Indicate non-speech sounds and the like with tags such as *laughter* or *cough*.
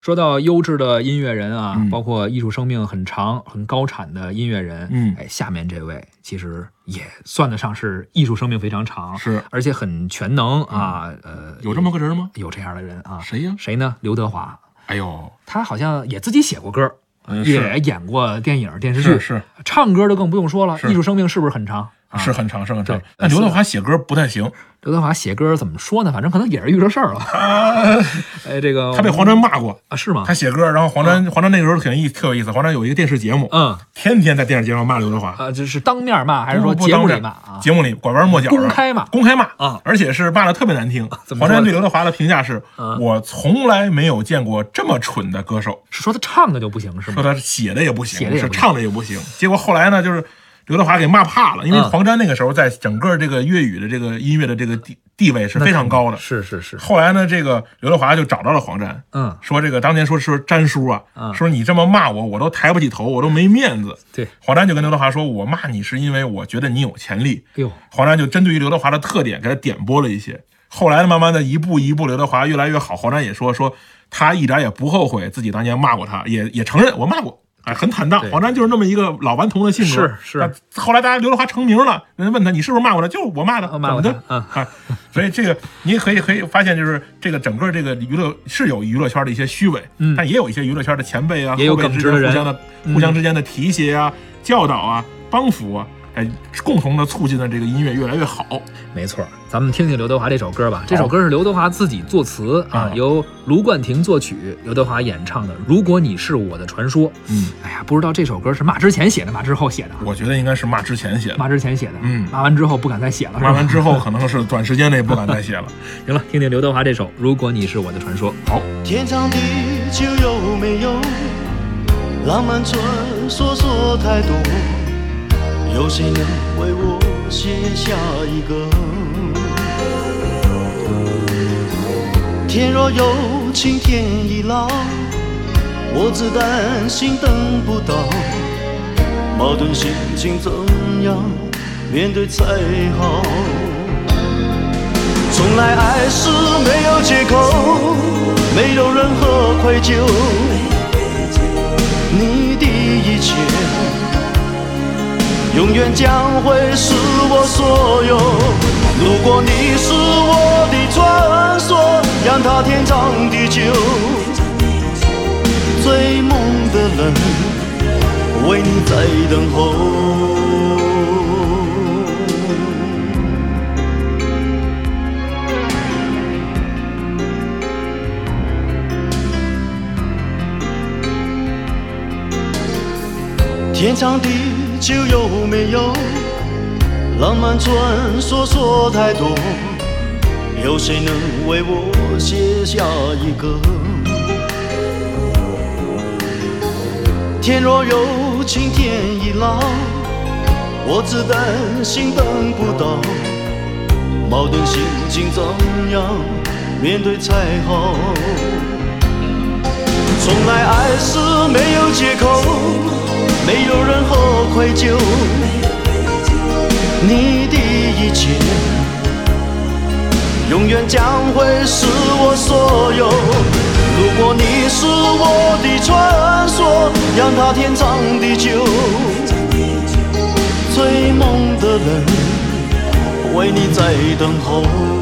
说到优质的音乐人啊，嗯包括艺术生命很长、很高产的音乐人，嗯哎，下面这位其实也算得上是艺术生命非常长，是而且很全能啊，呃，有这么个人吗？有这样的人啊，谁呀？谁呢？刘德华，哎呦，他好像也自己写过歌，嗯也演过电影、电视剧，是是唱歌的更不用说了，是艺术生命是不是很长？啊是很长，是很长对。但刘德华写歌不太行，刘德华写歌怎么说呢？反正可能也是遇着事儿了。哎，这个他被黄沾骂过。啊是吗他？写歌，然后黄沾，黄沾那个时候挺意特有意思。黄沾有一个电视节目，嗯天天在电视节目骂刘德华，啊，这是当面骂还是说不不节目当里着骂啊？节目里拐弯抹角的，公开骂公开骂啊而且是骂的特别难听。怎么说黄沾对刘德华的评价是：嗯我从来没有见过这么蠢的歌手，是说他唱的就不行是说吗？他写的也不嗯写行，的也是不行唱的也不行。结果后来呢，就是刘德华给骂怕了，因为嗯黄沾那个时候在整个这个粤语的这个音乐的这个地地位是非常高的。 *laughs* 是是是，后来呢，这个刘德华就找到了黄沾，嗯，说这个当年说说詹叔啊，嗯说你这么骂我，我都抬不起头，我都没面子。对，哎黄沾就跟刘德华说，我骂你是因为我觉得你有潜力。呦，黄沾就针对于刘德华的特点给他点拨了一些。后来呢，慢慢的一步一步，刘德华越来越好。黄沾也说说他一点也不后悔自己当年骂过他，也也承认我骂过，哎，很坦荡对。黄沾就是那么一个老顽童的性格。是是但后来大家刘德华成名了，人家问他你是不是骂过他，就是我骂的，啊骂过怎么他的？啊，所以这个你也可以可以发现，就是这个整个这个娱乐是有娱乐圈的一些虚伪，嗯但也有一些娱乐圈的前辈啊，也有后辈耿之直的人间互相的嗯互相之间的提携啊、教导啊、帮扶啊，哎，共同的促进了这个音乐越来越好。没错，咱们听听刘德华这首歌吧。这首歌是刘德华自己作词啊，啊由卢冠廷作曲，刘德华演唱的《如果你是我的传说》。嗯，哎呀，不知道这首歌是骂之前写的，骂之后写的啊，我觉得应该是骂之前写的，骂之前写的，嗯骂完之后不敢再写了，是吧骂完之后可能是短时间内不敢再写了。行了，听听刘德华这首《如果你是我的传说》。好，天长地久有没有？浪漫传说说太多，有谁能为我写下一个？天若有情天亦老，我只担心等不到，矛盾心情怎样面对才好？从来爱是没有借口，没有任何愧疚。你的一切，永远将会是我所有。如果你是我的传说，让它天长地久。追梦的人，为你在等候。天长地久有没有？浪漫传说说太多，有谁能为我写下一个？天若有情天亦老，我只担心等不到，矛盾心情怎样面对才好？从来爱是没有借口，没有任何愧疚。你的一切，永远将会是我所有。如果你是我的传说，让它天长地久。追梦的人，为你在等候。